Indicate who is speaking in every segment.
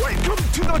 Speaker 1: Welcome to the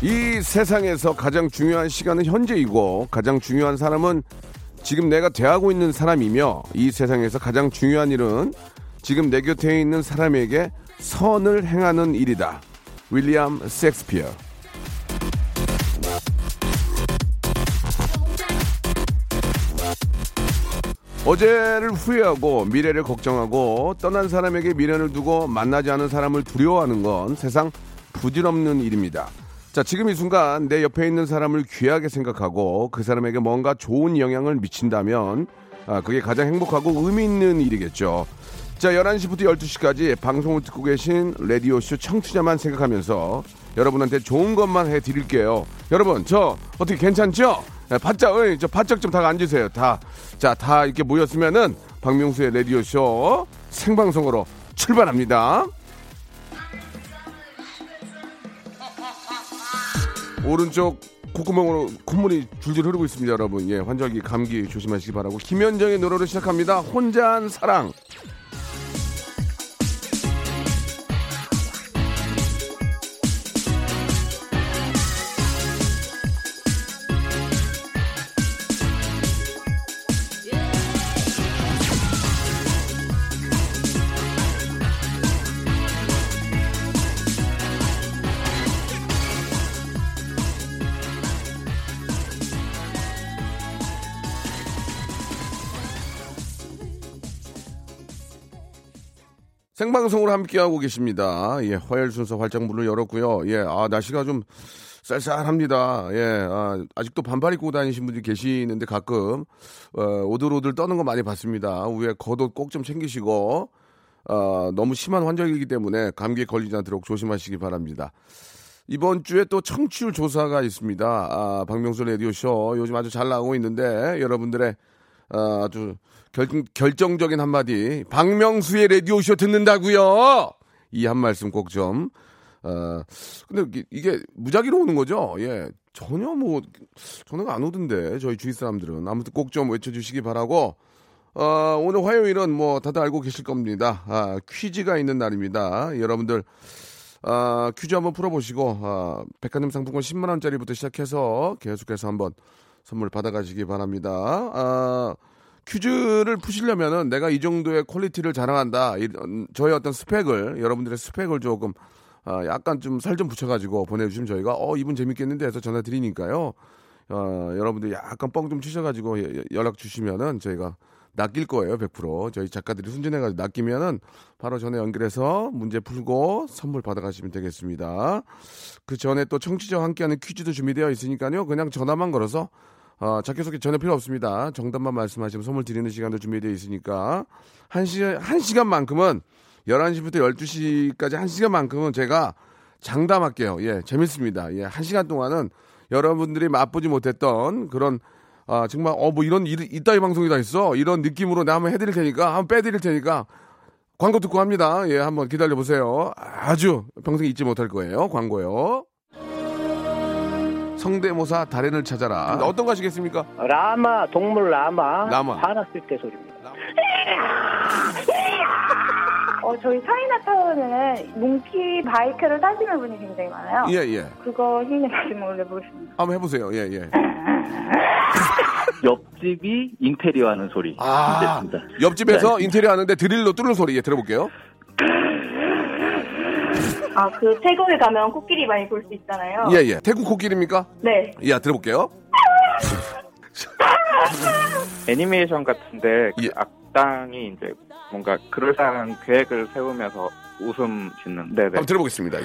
Speaker 2: 이 세상에서 가장 중요한 시간은 현재이고 가장 중요한 사람은 지금 내가 대하고 있는 사람이며 이 세상에서 가장 중요한 일은 지금 내 곁에 있는 사람에게 선을 행하는 일이다 윌리엄 섹스피어 어제를 후회하고 미래를 걱정하고 떠난 사람에게 미련을 두고 만나지 않은 사람을 두려워하는 건 세상 부질없는 일입니다. 자, 지금 이 순간 내 옆에 있는 사람을 귀하게 생각하고 그 사람에게 뭔가 좋은 영향을 미친다면 아, 그게 가장 행복하고 의미 있는 일이겠죠. 자, 11시부터 12시까지 방송을 듣고 계신 라디오쇼 청취자만 생각하면서 여러분한테 좋은 것만 해 드릴게요. 여러분, 저 어떻게 괜찮죠? 네, 바짝, 어이, 저 바짝 좀 다 앉으세요. 다. 자, 다 이렇게 모였으면은 박명수의 라디오쇼 생방송으로 출발합니다. 오른쪽 콧구멍으로 콧물이 줄줄 흐르고 있습니다, 여러분. 예, 환절기 감기 조심하시기 바라고 김현정의 노래로 시작합니다. 혼자한 사랑. 생방송으로 함께하고 계십니다. 예, 화요일 순서 활짝 문을 열었고요. 예, 아, 날씨가 좀 쌀쌀합니다. 예, 아, 아직도 반팔 입고 다니신 분들이 계시는데 가끔, 어, 오들오들 떠는 거 많이 봤습니다. 위에 겉옷 꼭 좀 챙기시고, 어, 너무 심한 환절기이기 때문에 감기에 걸리지 않도록 조심하시기 바랍니다. 이번 주에 또 청취율 조사가 있습니다. 아, 박명수 라디오쇼 요즘 아주 잘 나오고 있는데 여러분들의 아, 아주 결, 결정적인 한마디 박명수의 라디오쇼 듣는다고요. 이 한 말씀 꼭 좀. 어, 근데 이- 이게 무작위로 오는 거죠? 예. 전혀 뭐 전화가 안 오던데 저희 주위 사람들은 아무튼 꼭 좀 외쳐주시기 바라고 어, 오늘 화요일은 뭐 다들 알고 계실 겁니다. 아, 퀴즈가 있는 날입니다. 여러분들 아, 퀴즈 한번 풀어보시고 아, 백화점 상품권 10만 원짜리부터 시작해서 계속해서 한번 선물 받아가시기 바랍니다. 아, 퀴즈를 푸시려면은 내가 이 정도의 퀄리티를 자랑한다. 이런 저의 어떤 스펙을 여러분들의 스펙을 조금 아, 약간 좀 살 좀 붙여가지고 보내주시면 저희가 어 이분 재밌겠는데 해서 전화 드리니까요. 어, 여러분들 약간 뻥 좀 치셔가지고 예, 예, 연락 주시면은 저희가 낚일 거예요, 100%. 저희 작가들이 순진해가지고 낚이면은 바로 전에 연결해서 문제 풀고 선물 받아가시면 되겠습니다. 그 전에 또 청취자와 함께하는 퀴즈도 준비되어 있으니까요. 그냥 전화만 걸어서 어, 자기소개 전혀 필요 없습니다. 정답만 말씀하시면 선물 드리는 시간도 준비되어 있으니까 한 시, 한 시간만큼은 11시부터 12시까지 한 시간만큼은 제가 장담할게요. 예, 재밌습니다. 예, 한 시간 동안은 여러분들이 맛보지 못했던 그런 아, 정말 어 뭐 이런 일, 이따위 방송이 다 있어 이런 느낌으로 나 한번 해드릴 테니까 한번 빼드릴 테니까 광고 듣고 합니다. 예, 한번 기다려 보세요. 아주 평생 잊지 못할 거예요. 광고요. 성대모사 달인을 찾아라. 어떤 것이겠습니까
Speaker 3: 라마 동물 라마,
Speaker 2: 라마.
Speaker 3: 화났을 때 소리입니다.
Speaker 4: 어, 저희 차이나타운에는 몽키 바이크를 타시는 분이 굉장히 많아요.
Speaker 2: 예, 예.
Speaker 4: 그거 힘내가지고 올려보겠습니다.
Speaker 2: 한번 해보세요. 예, 예.
Speaker 5: 옆집이 인테리어 하는 소리.
Speaker 2: 아,
Speaker 5: 됐습니다. 네.
Speaker 2: 옆집에서 인테리어 하는데 드릴로 뚫는 소리. 예, 들어볼게요.
Speaker 4: 아, 그 태국에 가면 코끼리 많이 볼 수 있잖아요.
Speaker 2: 예, 예. 태국 코끼리입니까?
Speaker 4: 네.
Speaker 2: 예, 들어볼게요.
Speaker 6: 애니메이션 같은데 그
Speaker 2: 예.
Speaker 6: 악당이 이제 뭔가 그럴싸한 계획을 세우면서 웃음 짓는. 네네.
Speaker 2: 한번 들어보겠습니다. 예.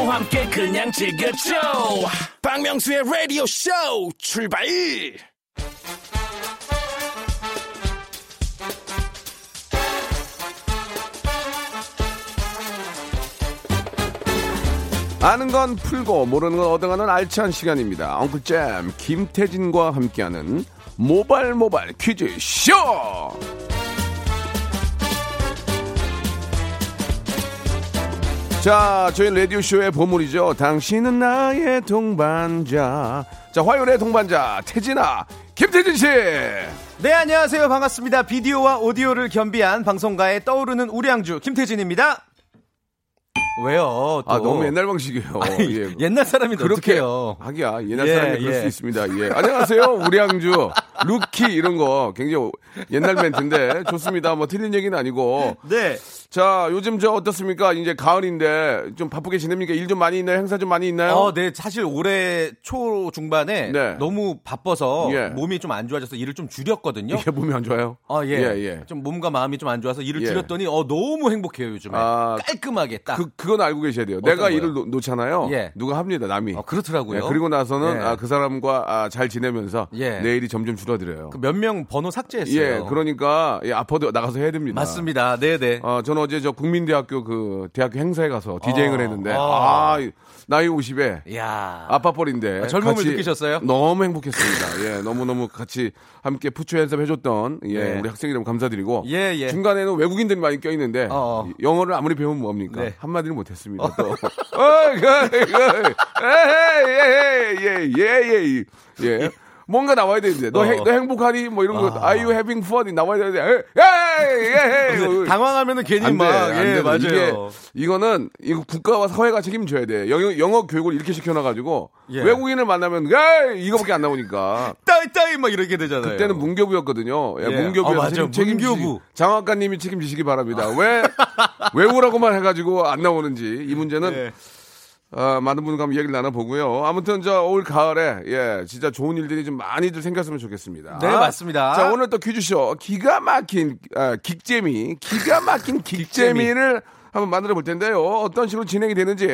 Speaker 7: 함께 그냥 즐겨줘
Speaker 8: 박명수의 라디오 쇼 출발!
Speaker 2: 아는 건 풀고 모르는 건 얻어가는 알찬 시간입니다. 엉클잼 김태진과 함께하는 모발 모발 퀴즈 쇼. 자, 저희 라디오 쇼의 보물이죠. 당신은 나의 동반자. 자, 화요일의 동반자 태진아, 김태진 씨.
Speaker 9: 네, 안녕하세요. 반갑습니다. 비디오와 오디오를 겸비한 방송가의 떠오르는 우량주 김태진입니다. 왜요? 또.
Speaker 2: 아, 너무 옛날 방식이에요.
Speaker 9: 어. 아니,
Speaker 2: 예.
Speaker 9: 옛날 사람이
Speaker 2: 그렇게
Speaker 9: 어떡해요.
Speaker 2: 하기야 옛날
Speaker 9: 예,
Speaker 2: 사람이 그럴
Speaker 9: 예.
Speaker 2: 수 있습니다. 예. 안녕하세요 우량주 루키 이런 거 굉장히 옛날 멘트인데 좋습니다. 뭐 틀린 얘기는 아니고
Speaker 9: 네.
Speaker 2: 자 요즘 저 어떻습니까? 이제 가을인데 좀 바쁘게 지냅니까? 일 좀 많이 있나요? 행사 좀 많이 있나요?
Speaker 9: 어, 네. 사실 올해 초 중반에
Speaker 2: 네.
Speaker 9: 너무 바빠서
Speaker 2: 예.
Speaker 9: 몸이 좀 안 좋아져서 일을 좀 줄였거든요.
Speaker 2: 이게 몸이 안 좋아요.
Speaker 9: 아, 예.
Speaker 2: 예, 예.
Speaker 9: 좀 몸과 마음이 좀 안 좋아서 일을
Speaker 2: 예.
Speaker 9: 줄였더니 어, 너무 행복해요, 요즘에.
Speaker 2: 아,
Speaker 9: 깔끔하게 딱.
Speaker 2: 그 그건 알고 계셔야 돼요.
Speaker 9: 어떤
Speaker 2: 내가
Speaker 9: 거요?
Speaker 2: 일을 놓, 잖아요
Speaker 9: 예.
Speaker 2: 누가 합니다. 남이.
Speaker 9: 어, 그렇더라고요.
Speaker 2: 예, 그리고 나서는
Speaker 9: 예.
Speaker 2: 아, 그 사람과 아, 잘 지내면서
Speaker 9: 예.
Speaker 2: 내 일이 점점 줄어들어요.
Speaker 9: 그 몇 명 번호 삭제했어요.
Speaker 2: 예, 그러니까 예, 아파도 나가서 해야 됩니다.
Speaker 9: 맞습니다. 네, 네.
Speaker 2: 어, 저는 어제 저 국민대학교 그 대학교 행사에 가서 디제잉을 했는데
Speaker 9: 아.
Speaker 2: 아, 나이 50에
Speaker 9: 야.
Speaker 2: 아빠 뻘인데
Speaker 9: 아, 젊음을 느끼셨어요?
Speaker 2: 너무 행복했습니다. 예, 너무 너무 같이 함께 푸추 연습 해줬던 예,
Speaker 9: 네.
Speaker 2: 우리 학생이 너무 감사드리고
Speaker 9: 예, 예.
Speaker 2: 중간에는 외국인들이 많이 껴 있는데
Speaker 9: 어, 어.
Speaker 2: 영어를 아무리 배우면 뭡니까
Speaker 9: 네.
Speaker 2: 한마디를 못했습니다. 또 어이, 그, 에이, 에이, 예예예예 예. 뭔가 나와야 되는데 너,
Speaker 9: 어. 아.
Speaker 2: 행- 너 행복하니 뭐 이런 거 Are you having fun 나와야 되는데 예예예
Speaker 9: 당황하면은 괜히
Speaker 2: 그 안 돼,
Speaker 9: 막,
Speaker 2: 안
Speaker 9: 예,
Speaker 2: 돼.
Speaker 9: 맞아요.
Speaker 2: 이게, 이거는 이거 국가와 사회가 책임져야 돼. 영어, 영어 교육을 이렇게 시켜놔가지고
Speaker 9: 예.
Speaker 2: 외국인을 만나면 야 이거밖에 안 나오니까.
Speaker 9: 따이 따이 막 이렇게 되잖아요.
Speaker 2: 그때는 문교부였거든요. 예,
Speaker 9: 네. 예.
Speaker 2: 문교부에서
Speaker 9: 어, 맞아요.
Speaker 2: 책임- 책임지-
Speaker 9: 문교부. 아.
Speaker 2: 장 학과님이 책임지시기 바랍니다. 왜 외우라고만 해가지고 안 나오는지 이 문제는
Speaker 9: 예.
Speaker 2: 아, 많은 분과 한번 이야기를 나눠보고요. 아무튼 저올 가을에 예 진짜 좋은 일들이 좀 많이들 생겼으면 좋겠습니다.
Speaker 9: 네, 맞습니다.
Speaker 2: 아, 자 오늘 또 퀴즈쇼 기가 막힌 아, 긱재미 기가 막힌 긱재미를 한번 만들어 볼 텐데요. 어떤 식으로 진행이 되는지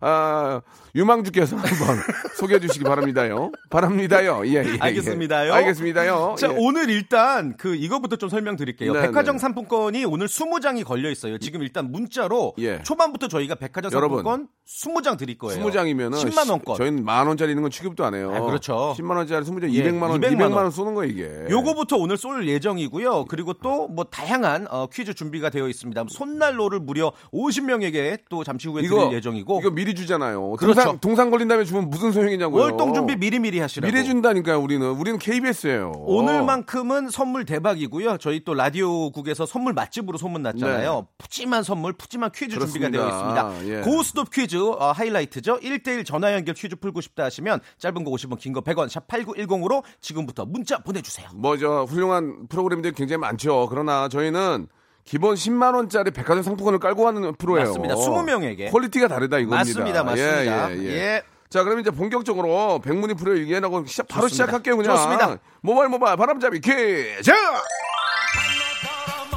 Speaker 2: 아, 유망주께서 한번 소개해 주시기 바랍니다요. 바랍니다요. 예, 예, 예.
Speaker 9: 알겠습니다요.
Speaker 2: 알겠습니다요.
Speaker 9: 자,
Speaker 2: 예.
Speaker 9: 오늘 일단 그 이거부터 좀 설명드릴게요.
Speaker 2: 네,
Speaker 9: 백화점
Speaker 2: 네.
Speaker 9: 상품권이 오늘 20장이 걸려 있어요. 지금 일단 문자로
Speaker 2: 예.
Speaker 9: 초반부터 저희가 백화점
Speaker 2: 여러분,
Speaker 9: 상품권 20장 드릴 거예요.
Speaker 2: 20장이면은
Speaker 9: 10만 원권.
Speaker 2: 저희는 만 원짜리 있는 건 취급도 안 해요.
Speaker 9: 아, 그렇죠.
Speaker 2: 10만 원짜리 20장
Speaker 9: 예,
Speaker 2: 200만 원
Speaker 9: 200만
Speaker 2: 200만 원
Speaker 9: 원
Speaker 2: 쏘는 거 이게.
Speaker 9: 요거부터 오늘 쏠 예정이고요. 그리고 또 뭐 다양한 어, 퀴즈 준비가 되어 있습니다. 손난로를 무려 50명에게 또 잠시 후에 드릴 예정이고
Speaker 2: 이거 미리 주잖아요.
Speaker 9: 그렇죠.
Speaker 2: 동상, 동상 걸린 다음에 주면 무슨 소용이냐고요.
Speaker 9: 월동 준비 미리미리 하시라고.
Speaker 2: 미리 어. 준다니까요, 우리는. 우리는 KBS예요.
Speaker 9: 오늘만큼은 선물 대박이고요. 저희 또 라디오국에서 선물 맛집으로 소문났잖아요.
Speaker 2: 네.
Speaker 9: 푸짐한 선물, 푸짐한 퀴즈
Speaker 2: 그렇습니다.
Speaker 9: 준비가 되어 있습니다.
Speaker 2: 예.
Speaker 9: 고스톱 퀴즈 어, 하이라이트죠. 1대1 전화 연결 퀴즈 풀고 싶다 하시면 짧은 거 50원, 긴 거 100원, 샵 8910으로 지금부터 문자 보내주세요.
Speaker 2: 뭐 저 훌륭한 프로그램들이 굉장히 많죠. 그러나 저희는 기본 10만 원짜리 백화점 상품권을 깔고 하는 프로예요.
Speaker 9: 맞습니다. 20명에게.
Speaker 2: 퀄리티가 다르다 이겁니다.
Speaker 9: 맞습니다, 맞습니다.
Speaker 2: 예, 예, 예.
Speaker 9: 예.
Speaker 2: 자, 그럼 이제 본격적으로 백문이 불여 일견하고 시작 바로
Speaker 9: 좋습니다.
Speaker 2: 시작할게요, 그냥.
Speaker 9: 좋습니다.
Speaker 2: 모발 모발 바람잡이 퀴즈.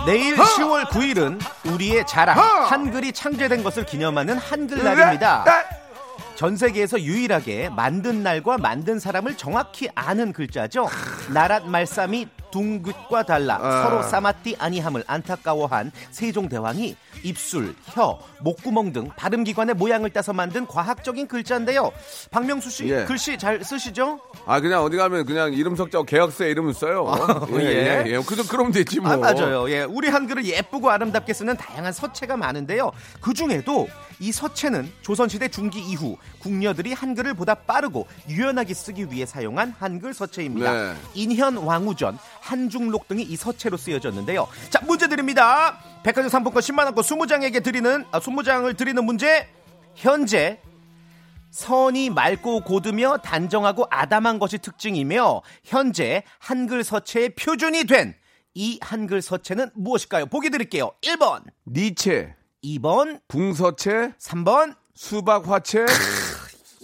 Speaker 9: 내일 10월 9일은 우리의 자랑, 한글이 창제된 것을 기념하는
Speaker 1: 네,
Speaker 9: 한글날입니다. 전 세계에서 유일하게 만든 날과 만든 사람을 정확히 아는 글자죠. 나랏 말싸미 둥긋과 달라 서로 싸맞디 아니함을 안타까워한 세종대왕이 입술, 혀, 목구멍 등 발음기관의 모양을 따서 만든 과학적인 글자인데요. 박명수 씨
Speaker 2: 예.
Speaker 9: 글씨 잘 쓰시죠?
Speaker 2: 아 그냥 어디 가면 그냥 이름 석자고 계약서에 이름을 써요. 예, 예,
Speaker 9: 예.
Speaker 2: 예. 그 그럼 되지 뭐.
Speaker 9: 아, 맞아요. 예, 우리 한글을 예쁘고 아름답게 쓰는 다양한 서체가 많은데요. 그 중에도 이 서체는 조선시대 중기 이후 궁녀들이 한글을 보다 빠르고 유연하게 쓰기 위해 사용한 한글 서체입니다.
Speaker 2: 네.
Speaker 9: 인현 왕후전, 한중록 등이 이 서체로 쓰여졌는데요. 자, 문제 드립니다. 백화점 상품권 10만 원권 20장에게 드리는 아, 20장을 드리는 문제. 현재 선이 맑고 고드며 단정하고 아담한 것이 특징이며 현재 한글 서체의 표준이 된 이 한글 서체는 무엇일까요? 보기 드릴게요. 1번,
Speaker 2: 니체,
Speaker 9: 2번,
Speaker 2: 붕서체,
Speaker 9: 3번.
Speaker 2: 수박화채,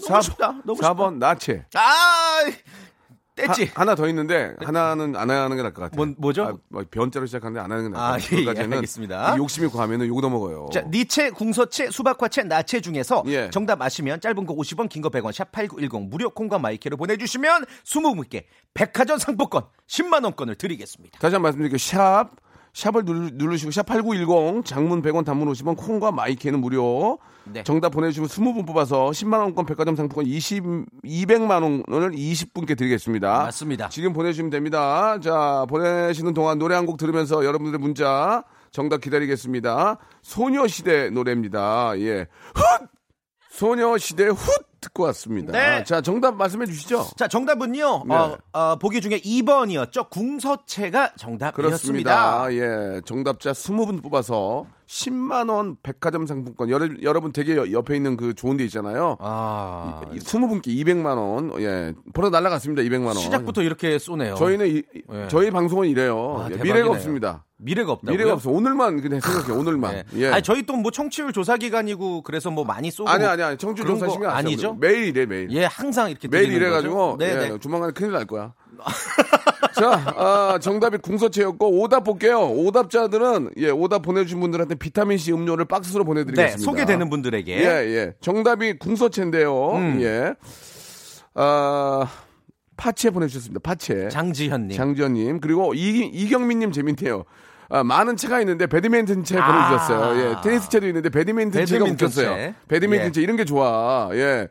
Speaker 9: 너무 쉽다. 너무 쉽다.
Speaker 2: 4번 나체.
Speaker 9: 아,
Speaker 2: 하,
Speaker 9: 뗐지. 네.
Speaker 2: 하나 더 있는데 하나는 안 하는 게 나을 것 같아요.
Speaker 9: 뭔- 뭐죠?
Speaker 2: 아, 뭐 변자로 시작하는데 안 하는 게 나을
Speaker 9: 아,
Speaker 2: 것 같아요.
Speaker 9: 예, 예,
Speaker 2: 그것까지는
Speaker 9: 알겠습니다.
Speaker 2: 이 욕심이 과하면 욕도 먹어요.
Speaker 9: 자, 니체, 궁서체, 수박화채, 나체 중에서
Speaker 2: 예.
Speaker 9: 정답 아시면 짧은 거 50원, 긴 거 100원, 샵8910 무료 콩과 마이크로 보내주시면 20분께 백화점 상품권 10만 원권을 드리겠습니다.
Speaker 2: 다시 한 번 말씀드릴게요. 샵 샵을 누르- 누르시고 샵 8910 장문 100원 단문 50원 콩과 마이크는 무료.
Speaker 9: 네.
Speaker 2: 정답 보내주시고 20분 뽑아서 10만 원권 백화점 상품권 20 200만 원을 20분께 드리겠습니다.
Speaker 9: 맞습니다.
Speaker 2: 지금 보내주시면 됩니다. 자 보내시는 동안 노래 한 곡 들으면서 여러분들의 문자 정답 기다리겠습니다. 소녀시대 노래입니다. 예. 훗 소녀시대 훗 듣고 왔습니다.
Speaker 9: 네.
Speaker 2: 자 정답 말씀해 주시죠.
Speaker 9: 자, 정답은요.
Speaker 2: 네.
Speaker 9: 어, 어, 보기 중에 2번이었죠. 궁서체가 정답이었습니다.
Speaker 2: 그렇습니다. 예. 정답자 20분 뽑아서 10만원 백화점 상품권. 여러, 여러분 되게 여- 옆에 있는 그 좋은 데 있잖아요.
Speaker 9: 아,
Speaker 2: 20분께 200만원. 예. 벌써 날라갔습니다. 200만원.
Speaker 9: 시작부터 이렇게 쏘네요.
Speaker 2: 저희는, 이- 이-
Speaker 9: 예.
Speaker 2: 저희 방송은 이래요.
Speaker 9: 아,
Speaker 2: 예,
Speaker 9: 대박이네요.
Speaker 2: 미래가 없습니다.
Speaker 9: 미래가 없다고요?
Speaker 2: 미래가 없어. 오늘만 그냥 생각해. 오늘만.
Speaker 9: 네.
Speaker 2: 예.
Speaker 9: 아니, 저희 또 뭐 청취율 조사 기간이고 그래서 뭐 많이 쏘고
Speaker 2: 아니, 아니, 아니. 청주
Speaker 9: 그런
Speaker 2: 조사
Speaker 9: 거
Speaker 2: 신경 안 써요.
Speaker 9: 아니죠?
Speaker 2: 매일 이래, 매일.
Speaker 9: 예, 항상 이렇게
Speaker 2: 매일
Speaker 9: 드리는
Speaker 2: 이래가지고
Speaker 9: 거죠? 네,
Speaker 2: 예,
Speaker 9: 네.
Speaker 2: 조만간 큰일 날 거야. 자, 아, 정답이 궁서체였고 오답 볼게요. 오답자들은 예, 오답 보내주신 분들한테 비타민 C 음료를 박스로 보내드리겠습니다.
Speaker 9: 네, 소개되는 음. 분들에게
Speaker 2: 예, 예. 정답이 궁서체인데요. 예, 아 파채 보내주셨습니다. 파채.
Speaker 9: 장지현님.
Speaker 2: 장지현님 그리고 이, 이경민님 재밌네요. 아, 많은 채가 있는데 배드민턴 채 보내주셨어요.
Speaker 9: 아.
Speaker 2: 예, 테니스 채도 있는데 배드민턴, 채가
Speaker 9: 배드민턴
Speaker 2: 웃겼어요.
Speaker 9: 채.
Speaker 2: 배드민턴
Speaker 9: 예.
Speaker 2: 채 이런 게 좋아. 예.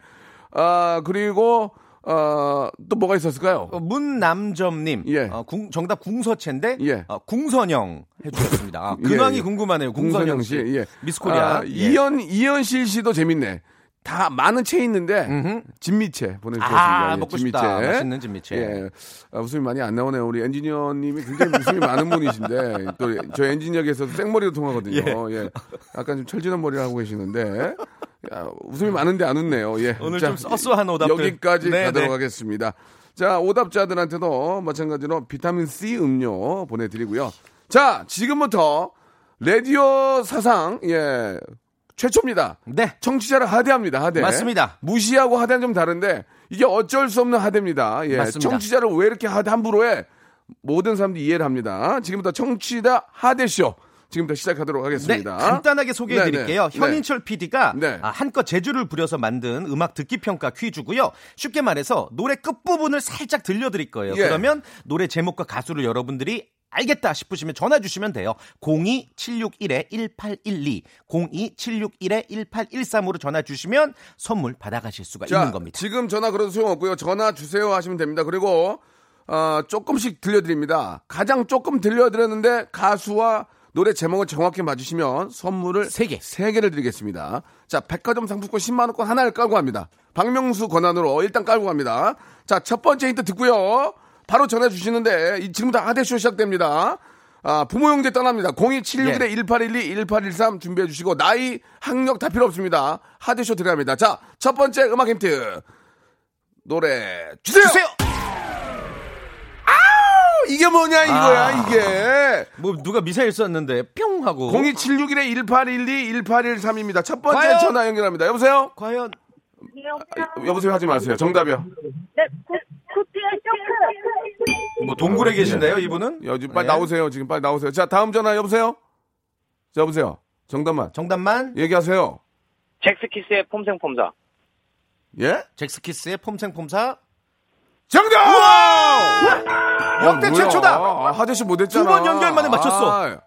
Speaker 2: 아 그리고 어, 또 뭐가 있었을까요?
Speaker 9: 어, 문남점님,
Speaker 2: 예.
Speaker 9: 어, 궁- 정답 궁서체인데
Speaker 2: 예.
Speaker 9: 어, 궁선영 해주셨습니다. 아, 근황이
Speaker 2: 예, 예.
Speaker 9: 궁금하네요. 궁선영 씨,
Speaker 2: 예.
Speaker 9: 미스코리아
Speaker 2: 아,
Speaker 9: 예.
Speaker 2: 이현 이현실 씨도 재밌네. 다 많은 채 있는데 진미채 보내주셨습니다.
Speaker 9: 아, 먹고 싶다. 맛있는 진미채.
Speaker 2: 예. 아, 웃음이 많이 안 나오네요. 우리 엔지니어님이 굉장히 웃음이 많은 분이신데 또 저 엔지니어께서 생머리로 통하거든요. 예. 약간 좀 철진한 머리를 하고 계시는데 야, 웃음이 많은데 안 웃네요. 예.
Speaker 9: 오늘 좀 써쏘한 오답들.
Speaker 2: 여기까지
Speaker 9: 네,
Speaker 2: 가도록
Speaker 9: 네.
Speaker 2: 하겠습니다. 자, 오답자들한테도 마찬가지로 비타민 C 음료 보내드리고요. 자, 지금부터 라디오 사상 예 최초입니다.
Speaker 9: 네.
Speaker 2: 청취자를 하대합니다. 하대.
Speaker 9: 맞습니다.
Speaker 2: 무시하고 하대는 좀 다른데 이게 어쩔 수 없는 하대입니다. 예.
Speaker 9: 맞습니다.
Speaker 2: 청취자를 왜 이렇게 하대 함부로 해? 모든 사람들이 이해를 합니다. 지금부터 청취자 하대쇼. 지금부터 시작하도록
Speaker 9: 네,
Speaker 2: 하겠습니다.
Speaker 9: 간단하게 소개해 드릴게요.
Speaker 2: 네, 네.
Speaker 9: 현인철 PD가 아,
Speaker 2: 네.
Speaker 9: 한껏 재주를 부려서 만든 음악 듣기 평가 퀴즈고요. 쉽게 말해서 노래 끝부분을 살짝 들려 드릴 거예요.
Speaker 2: 예.
Speaker 9: 그러면 노래 제목과 가수를 여러분들이 알겠다 싶으시면 전화 주시면 돼요. 02761-1812, 02761-1813으로 전화 주시면 선물 받아가실 수가 있는 겁니다.
Speaker 2: 지금 전화 걸어도 소용없고요. 전화 주세요 하시면 됩니다. 그리고 어, 조금씩 들려드립니다. 가장 조금 들려드렸는데 가수와 노래 제목을 정확히 맞으시면 선물을
Speaker 9: 세 개.
Speaker 2: 세개를 드리겠습니다. 자, 백화점 상품권 10만 원권 하나를 깔고 갑니다. 박명수 권한으로 일단 깔고 갑니다. 자, 첫 번째 힌트 듣고요. 바로 전화 주시는데 이- 지금부터 하대쇼 시작됩니다. 아, 부모 형제 떠납니다. 02761에 1812, 1813 준비해 주시고 나이, 학력 다 필요 없습니다. 하대쇼 드려갑니다. 자, 첫 번째 음악 힌트. 노래 주세요.
Speaker 9: 주세요!
Speaker 2: 이게 뭐냐 이거야
Speaker 9: 아.
Speaker 2: 이게.
Speaker 9: 뭐 누가 미사일 쐈는데 뿅
Speaker 2: 뭐?
Speaker 9: 하고
Speaker 2: 02761에 1812, 1813입니다. 첫 번째
Speaker 9: 과연?
Speaker 2: 전화 연결합니다. 여보세요?
Speaker 9: 과연
Speaker 2: 여보세요 하지 마세요. 정답이요.
Speaker 9: 뭐 동굴에 계신데요, 이분은?
Speaker 2: 야, 지금 빨리
Speaker 9: 네.
Speaker 2: 나오세요. 지금 빨리 나오세요. 자, 다음 전화 여보세요? 자, 여보세요. 정답만.
Speaker 9: 정답만
Speaker 2: 얘기하세요.
Speaker 5: 잭스키스의 폼생폼사.
Speaker 2: 예?
Speaker 9: 잭스키스의 폼생폼사
Speaker 2: 정답!
Speaker 9: 아, 역대 최초다!
Speaker 2: 하대 씨 어, 아, 못했잖아.
Speaker 9: 두번 연결 만에 맞췄어.
Speaker 2: 아,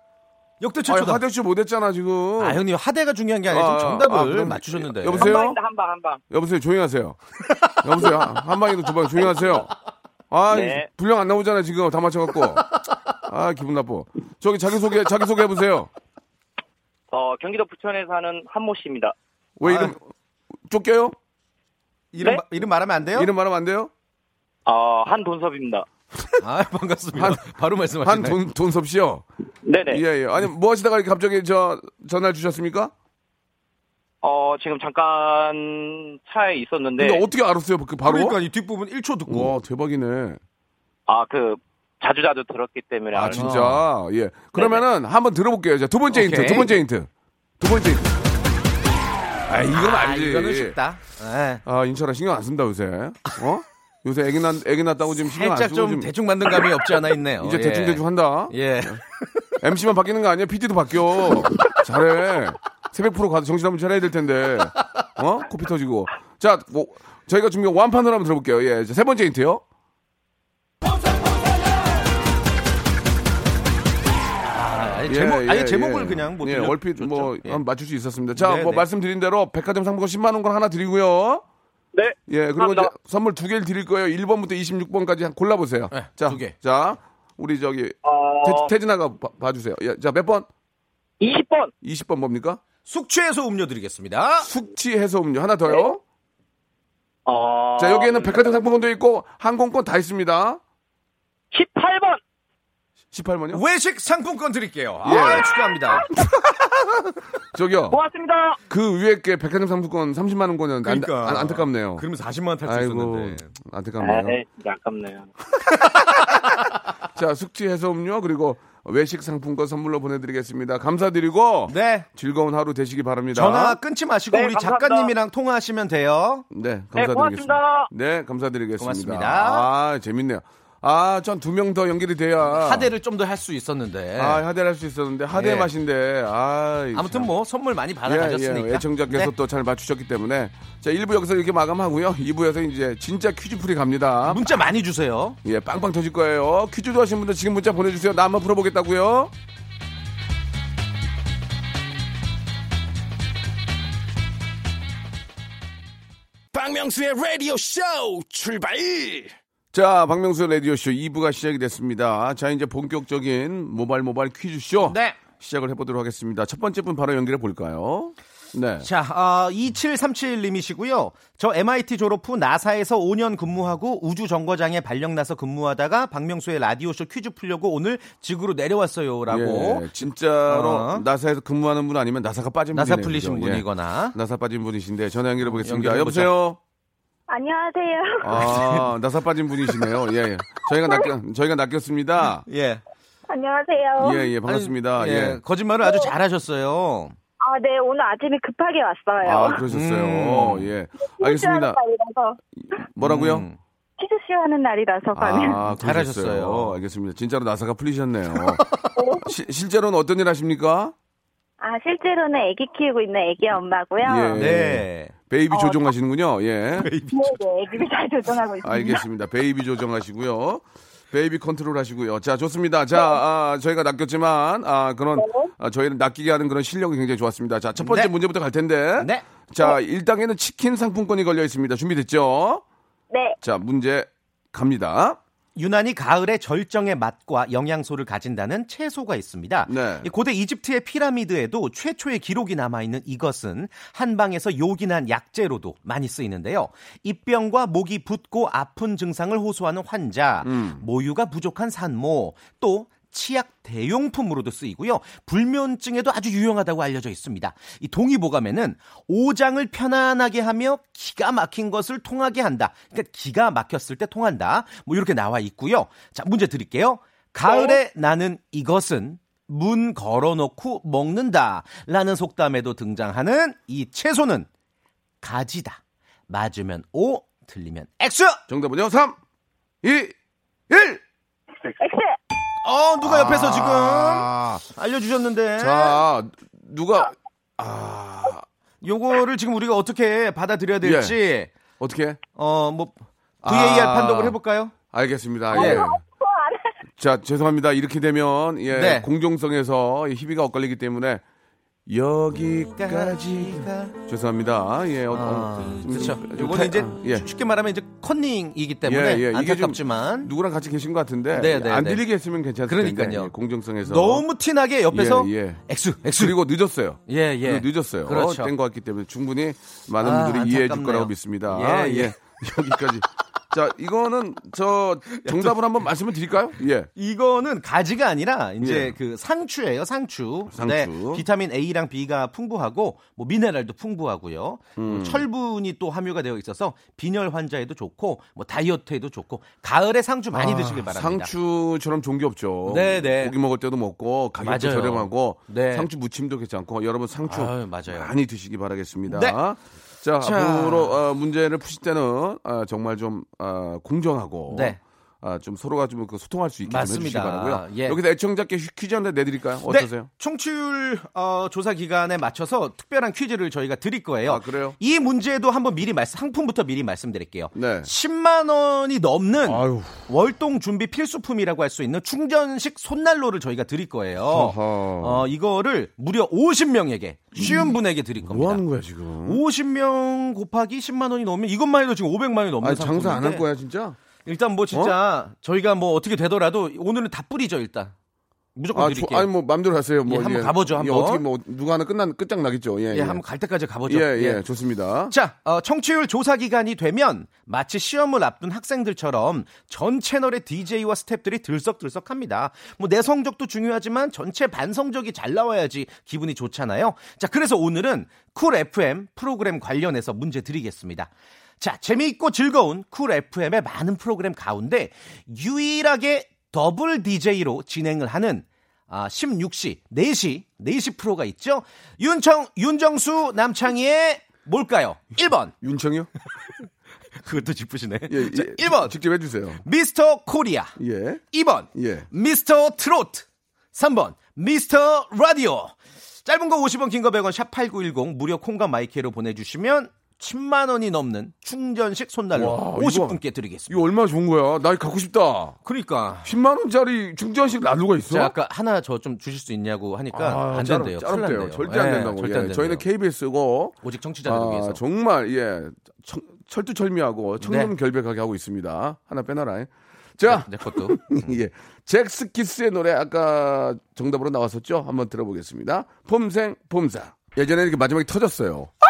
Speaker 9: 역대
Speaker 2: 아
Speaker 9: 최초다.
Speaker 2: 하대 씨 못했잖아 지금.
Speaker 9: 아 형님 하대가 중요한 게 아니라
Speaker 2: 뭐- 아,
Speaker 9: 좀 정답을
Speaker 2: 아, 그럼
Speaker 9: 맞추셨는데.
Speaker 2: 여보세요?
Speaker 5: 한방 한방.
Speaker 2: 여보세요 조용히 하세요. 여보세요 한 방에도 두 방 조용히 하세요. 아
Speaker 5: 네.
Speaker 2: 분량 안 나오잖아요 지금 다 맞춰갖고. 아 기분 나빠. 저기 자기 소개 자기 소개 해보세요.
Speaker 5: 어 경기도 부천에 사는 한모 씨입니다.
Speaker 9: 아.
Speaker 2: 왜 이름 쫓겨요?
Speaker 9: 이름
Speaker 5: 네?
Speaker 9: 마- 이름 말하면 안 돼요?
Speaker 2: 이름 말하면 안 돼요?
Speaker 5: 어 한돈섭입니다.
Speaker 9: 아 반갑습니다.
Speaker 2: 한-
Speaker 9: 바로 말씀하시네.
Speaker 2: 한 돈 돈섭 씨요.
Speaker 5: 네네.
Speaker 2: 예예. 아니 뭐 하시다가 이렇게 갑자기 저 전화 를 주셨습니까?
Speaker 5: 어 지금 잠깐 차에 있었는데
Speaker 9: 네.
Speaker 2: 어- 근데 어떻게 알았어요? 그 바로?
Speaker 9: 그러니까 이 뒷부분 1초 듣고
Speaker 2: 와 대박이네.
Speaker 5: 아 그 자주자주 들었기 때문에
Speaker 2: 아
Speaker 5: 알고
Speaker 2: 진짜 예 그러면은 한번 들어볼게요 자, 두 번째
Speaker 9: 네, 오케이.
Speaker 2: 힌트 두 번째 힌트 두 번째 힌트 아 이건
Speaker 9: 아,
Speaker 2: 알지
Speaker 9: 이거는 쉽다. 예.
Speaker 2: 아 인철아 신경 안 쓴다 요새 어 요새 애기 난 애기 낳았다고 지금 신경 안
Speaker 9: 살짝
Speaker 2: 쓰고
Speaker 9: 좀
Speaker 2: 지금
Speaker 9: 대충 만든 감이 없지 않아 있네요.
Speaker 2: 이제
Speaker 9: 예.
Speaker 2: 대충 대충 한다 네.
Speaker 9: 예.
Speaker 2: MC만 바뀌는 거 아니야 PD도 바뀌어 잘해 새벽 프로 가도 정신 한번 차려야 될 텐데 어 코피 터지고 자뭐 저희가 준비한 완판으로 한번 들어볼게요 예세 번째 힌트요
Speaker 9: 아니,
Speaker 2: 예,
Speaker 9: 제목,
Speaker 2: 예,
Speaker 9: 아니 제목을
Speaker 2: 예.
Speaker 9: 그냥 뭐
Speaker 2: 예,
Speaker 9: 들려-
Speaker 2: 얼핏
Speaker 9: 줬죠.
Speaker 2: 뭐
Speaker 9: 예.
Speaker 2: 한번 맞출 수 있었습니다. 자,
Speaker 9: 네,
Speaker 2: 뭐
Speaker 9: 네.
Speaker 2: 말씀드린 대로 백화점 상품권 10만 원권 하나 드리고요.
Speaker 5: 네.
Speaker 2: 예, 그리고 이제
Speaker 5: 감사합니다.
Speaker 2: 선물 두 개를 드릴 거예요. 1번부터 26번까지 골라 보세요.
Speaker 9: 네,
Speaker 2: 자,
Speaker 9: 두 개.
Speaker 2: 자, 우리 저기
Speaker 5: 어,
Speaker 2: 태, 진아가 봐, 주세요 예, 자, 몇 번?
Speaker 5: 20번
Speaker 2: 20번 뭡니까?
Speaker 9: 숙취해서 음료 드리겠습니다.
Speaker 2: 숙취 해소 음료 하나 더요.
Speaker 5: 어,
Speaker 2: 자, 여기에는 백화점 상품권도 있고 항공권 다 있습니다.
Speaker 5: 18번
Speaker 2: 18번요?
Speaker 9: 외식 상품권 드릴게요.
Speaker 2: 예.
Speaker 9: 아, 축하합니다.
Speaker 2: 저기요.
Speaker 5: 고맙습니다.
Speaker 2: 그 위에 게 백화점 상품권 30만 원권은 안, 안, 안타깝네요.
Speaker 9: 그러니까. 그러면 40만 원 탈 수
Speaker 2: 아이고,
Speaker 9: 있었는데.
Speaker 2: 안타깝네요.
Speaker 5: 에이, 진짜 아깝네요.
Speaker 2: 자, 숙취 해소 음료 그리고 외식 상품권 선물로 보내드리겠습니다. 감사드리고
Speaker 9: 네.
Speaker 2: 즐거운 하루 되시기 바랍니다.
Speaker 9: 전화 끊지 마시고
Speaker 5: 네,
Speaker 9: 우리
Speaker 5: 감사합니다.
Speaker 9: 작가님이랑 통화하시면 돼요.
Speaker 2: 네,
Speaker 5: 네,
Speaker 2: 감사드리겠습니다.
Speaker 5: 고맙습니다.
Speaker 2: 네, 감사드리겠습니다.
Speaker 9: 고맙습니다.
Speaker 2: 아, 재밌네요. 아, 전 두 명 더 연결이 돼야
Speaker 9: 하대를 좀 더 할 수 있었는데.
Speaker 2: 아, 하대를 할 수 있었는데 하대
Speaker 9: 예.
Speaker 2: 맛인데. 아, 이
Speaker 9: 아무튼
Speaker 2: 참.
Speaker 9: 뭐 선물 많이
Speaker 2: 예,
Speaker 9: 받아가셨으니까.
Speaker 2: 예, 애청자께서
Speaker 9: 네.
Speaker 2: 또 잘 맞추셨기 때문에 자 1부 여기서 이렇게 마감하고요 2부에서 이제 진짜 퀴즈풀이 갑니다
Speaker 9: 문자 많이 주세요.
Speaker 2: 예 빵빵 터질 거예요 퀴즈 좋아하시는 분들 지금 문자 보내주세요 나 한번 풀어보겠다고요
Speaker 7: 박명수의 라디오 쇼 출발
Speaker 2: 자, 박명수 라디오쇼 2부가 시작이 됐습니다. 자, 이제 본격적인 모발 모발 퀴즈쇼
Speaker 9: 네.
Speaker 2: 시작을 해보도록 하겠습니다. 첫 번째 분 바로 연결해 볼까요? 네.
Speaker 9: 자, 아, 2737님이시고요. 저 MIT 졸업 후 나사에서 5년 근무하고 우주 정거장에 발령 나서 근무하다가 박명수의 라디오쇼 퀴즈 풀려고 오늘 지구로 내려왔어요라고
Speaker 2: 예, 진짜로
Speaker 9: 어.
Speaker 2: 나사에서 근무하는 분 아니면 나사가 빠진
Speaker 9: 나사
Speaker 2: 분이네요,
Speaker 9: 풀리신
Speaker 2: 그죠?
Speaker 9: 분이거나
Speaker 2: 예. 나사 빠진 분이신데 전화 연결해 보겠습니다.
Speaker 9: 연결해
Speaker 2: 여보세요.
Speaker 4: 안녕하세요.
Speaker 2: 아, 나사 빠진 분이시네요. 예, 예. 저희가 낚여, 저희가 낚였습니다.
Speaker 9: 예.
Speaker 4: 안녕하세요.
Speaker 2: 예, 예, 반갑습니다.
Speaker 9: 어? 아니,
Speaker 2: 네. 예.
Speaker 9: 거짓말을 아주 잘하셨어요.
Speaker 4: 아, 네, 오늘 아침에 급하게 왔어요.
Speaker 2: 아, 그러셨어요.
Speaker 9: 음.
Speaker 2: 어, 예.
Speaker 4: 퀴즈하는
Speaker 2: 알겠습니다.
Speaker 4: 날이라서,
Speaker 2: 뭐라고요?
Speaker 9: 음.
Speaker 4: 퀴즈쇼 하는 날이라서 가면.
Speaker 2: 아,
Speaker 9: 잘하셨어요.
Speaker 2: 그러셨어요. 알겠습니다. 진짜로 나사가 풀리셨네요. 시- 실제로는 어떤 일 하십니까?
Speaker 4: 아, 실제로는 아기 키우고 있는 아기 엄마고요.
Speaker 2: 예.
Speaker 9: 네.
Speaker 2: 베이비 조종하시는군요. 예.
Speaker 4: 네, 네, 아기를 잘 조정하고 있습니다.
Speaker 2: 알겠습니다. 베이비 조정하시고요. 베이비 컨트롤 하시고요. 자, 좋습니다.
Speaker 9: 네.
Speaker 2: 자, 아, 저희가 낚였지만, 아, 그런, 아, 저희를 낚이게 하는 그런 실력이 굉장히 좋았습니다. 자, 첫 번째
Speaker 9: 네.
Speaker 2: 문제부터 갈 텐데.
Speaker 9: 네.
Speaker 2: 자, 일단계는 치킨 상품권이 걸려 있습니다. 준비됐죠?
Speaker 4: 네,
Speaker 2: 자, 문제 갑니다.
Speaker 9: 유난히 가을의 절정의 맛과 영양소를 가진다는 채소가 있습니다.
Speaker 2: 네.
Speaker 9: 이 고대 이집트의 피라미드에도 최초의 기록이 남아있는 이것은 한방에서 요긴한 약재로도 많이 쓰이는데요. 입병과 목이 붓고 아픈 증상을 호소하는 환자, 모유가 부족한 산모, 또 치약 대용품으로도 쓰이고요. 불면증에도 아주 유용하다고 알려져 있습니다. 이 동의보감에는 오장을 편안하게 하며 기가 막힌 것을 통하게 한다. 그러니까 기가 막혔을 때 통한다. 뭐 이렇게 나와 있고요. 자, 문제 드릴게요. 가을에 나는 이것은 문 걸어놓고 먹는다. 라는 속담에도 등장하는 이 채소는 가지다. 맞으면 O, 틀리면 X!
Speaker 2: 정답은요? 3, 2, 1!
Speaker 4: 엑스!
Speaker 9: 어, 누가 옆에서
Speaker 2: 아.
Speaker 9: 지금 알려주셨는데.
Speaker 2: 자, 누가,
Speaker 9: 요거를 지금 우리가 어떻게 받아들여야 될지
Speaker 2: 어떻게?
Speaker 9: 어 뭐 VAR
Speaker 2: 아.
Speaker 9: 판독을 해볼까요? 아,
Speaker 2: 알겠습니다.
Speaker 9: 뭐,
Speaker 2: 예. 자, 죄송합니다. 이렇게 되면 예,
Speaker 9: 네.
Speaker 2: 공정성에서 이 희비가 엇갈리기 때문에 여기까지 죄송합니다. 예, 어,
Speaker 9: 아,
Speaker 2: 좀-
Speaker 9: 그렇죠.
Speaker 2: 좀 타-
Speaker 9: 요거는 이제
Speaker 2: 예.
Speaker 9: 쉽게 말하면 이제 예, 컨닝이기 때문에 안타깝지만
Speaker 2: 누구랑 같이 계신 것 같은데
Speaker 9: 네, 네,
Speaker 2: 안
Speaker 9: 네.
Speaker 2: 들리게 했으면 괜찮을 텐데
Speaker 9: 그러니까요.
Speaker 2: 예, 공정성에서
Speaker 9: 너무 티나게 옆에서
Speaker 2: 예, 예.
Speaker 9: 엑스 엑스
Speaker 2: 그리고 늦었어요.
Speaker 9: 예, 예.
Speaker 2: 그리고 늦었어요.
Speaker 9: 그렇죠.
Speaker 2: 된 것 같기 때문에 충분히 많은
Speaker 9: 아,
Speaker 2: 분들이 이해해 줄
Speaker 9: 안타깝네요.
Speaker 2: 거라고 믿습니다.
Speaker 9: 예, 예.
Speaker 2: 여기까지 자, 이거는 저 정답을 한번 말씀을 드릴까요? 예.
Speaker 9: 이거는 가지가 아니라 이제
Speaker 2: 예.
Speaker 9: 그 상추예요, 상추.
Speaker 2: 상추.
Speaker 9: 네, 비타민 A랑 B가 풍부하고 뭐 미네랄도 풍부하고요. 뭐
Speaker 2: 음.
Speaker 9: 철분이 또 함유가 되어 있어서 빈혈 환자에도 좋고 뭐 다이어트에도 좋고 가을에 상추 많이 드시길 바랍니다.
Speaker 2: 아, 상추처럼 좋은 게 없죠.
Speaker 9: 네, 네.
Speaker 2: 고기 먹을 때도 먹고 가격도
Speaker 9: 맞아요.
Speaker 2: 저렴하고
Speaker 9: 네.
Speaker 2: 상추 무침도 괜찮고 여러분 상추
Speaker 9: 아유, 맞아요.
Speaker 2: 많이 드시기 바라겠습니다.
Speaker 9: 네.
Speaker 2: 자,
Speaker 9: 자.
Speaker 2: 앞으로 어, 문제를 푸실 때는 아, 정말 좀 아, 공정하고
Speaker 9: 네.
Speaker 2: 아, 좀 서로가 좀그 소통할 수 있게 좀
Speaker 9: 맞습니다.
Speaker 2: 해주시기 바라고요.
Speaker 9: 예.
Speaker 2: 여기서 애청자께 휴- 퀴즈 한 대 내드릴까요? 어떠세요?
Speaker 9: 네, 청취율 어, 조사 기간에 맞춰서 특별한 퀴즈를 저희가 드릴 거예요.
Speaker 2: 아, 그래요?
Speaker 9: 이 문제도 한번 미리 말 상품부터 미리 말씀드릴게요.
Speaker 2: 네.
Speaker 9: 10만 원이 넘는
Speaker 2: 아유.
Speaker 9: 월동 준비 필수품이라고 할 수 있는 충전식 손난로를 저희가 드릴 거예요.
Speaker 2: 어허.
Speaker 9: 어, 이거를 무려 50명에게 쉬운 분에게 드릴 겁니다.
Speaker 2: 뭐 하는 거야 지금?
Speaker 9: 50명 곱하기 10만 원이 넘으면 이것만 해도 지금 500만 원이 넘는
Speaker 2: 아니 장사 안 할
Speaker 9: 상품인데
Speaker 2: 거야 진짜?
Speaker 9: 일단 뭐 진짜 저희가 뭐 어떻게 되더라도 오늘은 다 뿌리죠 일단. 무조건
Speaker 2: 아, 저,
Speaker 9: 드릴게요.
Speaker 2: 아니 뭐 맘대로 하세요. 뭐
Speaker 9: 예, 한번 가보죠,
Speaker 2: 예,
Speaker 9: 한번.
Speaker 2: 어떻게 뭐 누가 하나 끝난 끝장 나겠죠. 예,
Speaker 9: 예, 한번 갈 때까지 가보죠.
Speaker 2: 예, 예, 좋습니다.
Speaker 9: 자, 어, 청취율 조사 기간이 되면 마치 시험을 앞둔 학생들처럼 전 채널의 DJ와 스탭들이 들썩들썩합니다. 뭐 내 성적도 중요하지만 전체 반성적이 잘 나와야지 기분이 좋잖아요. 자, 그래서 오늘은 쿨 FM 프로그램 관련해서 문제 드리겠습니다. 자, 재미있고 즐거운 쿨 FM의 많은 프로그램 가운데 유일하게 더블 DJ로 진행을 하는 아, 16시, 4시, 4시 프로가 있죠. 윤청, 윤정수, 남창희의 뭘까요? 1번.
Speaker 2: 윤청이요?
Speaker 9: 그것도 짚으시네.
Speaker 2: 예, 예.
Speaker 9: 자, 1번.
Speaker 2: 직접 해주세요.
Speaker 9: 미스터 코리아.
Speaker 2: 예.
Speaker 9: 2번.
Speaker 2: 예.
Speaker 9: 미스터 트로트. 3번. 미스터 라디오. 짧은 거 50원, 긴 거 100원, 샵8910 무료 콩과 마이크로 보내주시면 10만 원이 넘는 충전식 손난로
Speaker 2: 와,
Speaker 9: 50분께 드리겠습니다.
Speaker 2: 이거 얼마나 좋은 거야? 나 이거 갖고 싶다.
Speaker 9: 그러니까.
Speaker 2: 10만 원짜리 중전식 난로가 있어?
Speaker 9: 제가 아까 하나 저 좀 주실 수 있냐고 하니까
Speaker 2: 아,
Speaker 9: 안
Speaker 2: 짜름-
Speaker 9: 된대요.
Speaker 2: 짜름
Speaker 9: 큰일
Speaker 2: 돼요.
Speaker 9: 난대요.
Speaker 2: 절대 안
Speaker 9: 예,
Speaker 2: 된다고.
Speaker 9: 절대
Speaker 2: 예,
Speaker 9: 안 된대요.
Speaker 2: 저희는 KBS고 아,
Speaker 9: 오직 청취자들을 위해서.
Speaker 2: 정말 예 청- 철두철미하고
Speaker 9: 네.
Speaker 2: 청렴 결백하게 하고 있습니다. 하나 빼놔라. 예. 자,
Speaker 9: 내 것도.
Speaker 2: 예. 잭스키스의 노래 아까 정답으로 나왔었죠? 한번 들어보겠습니다. 폼생 폼사. 예전에 이렇게 마지막에 터졌어요.
Speaker 9: 아!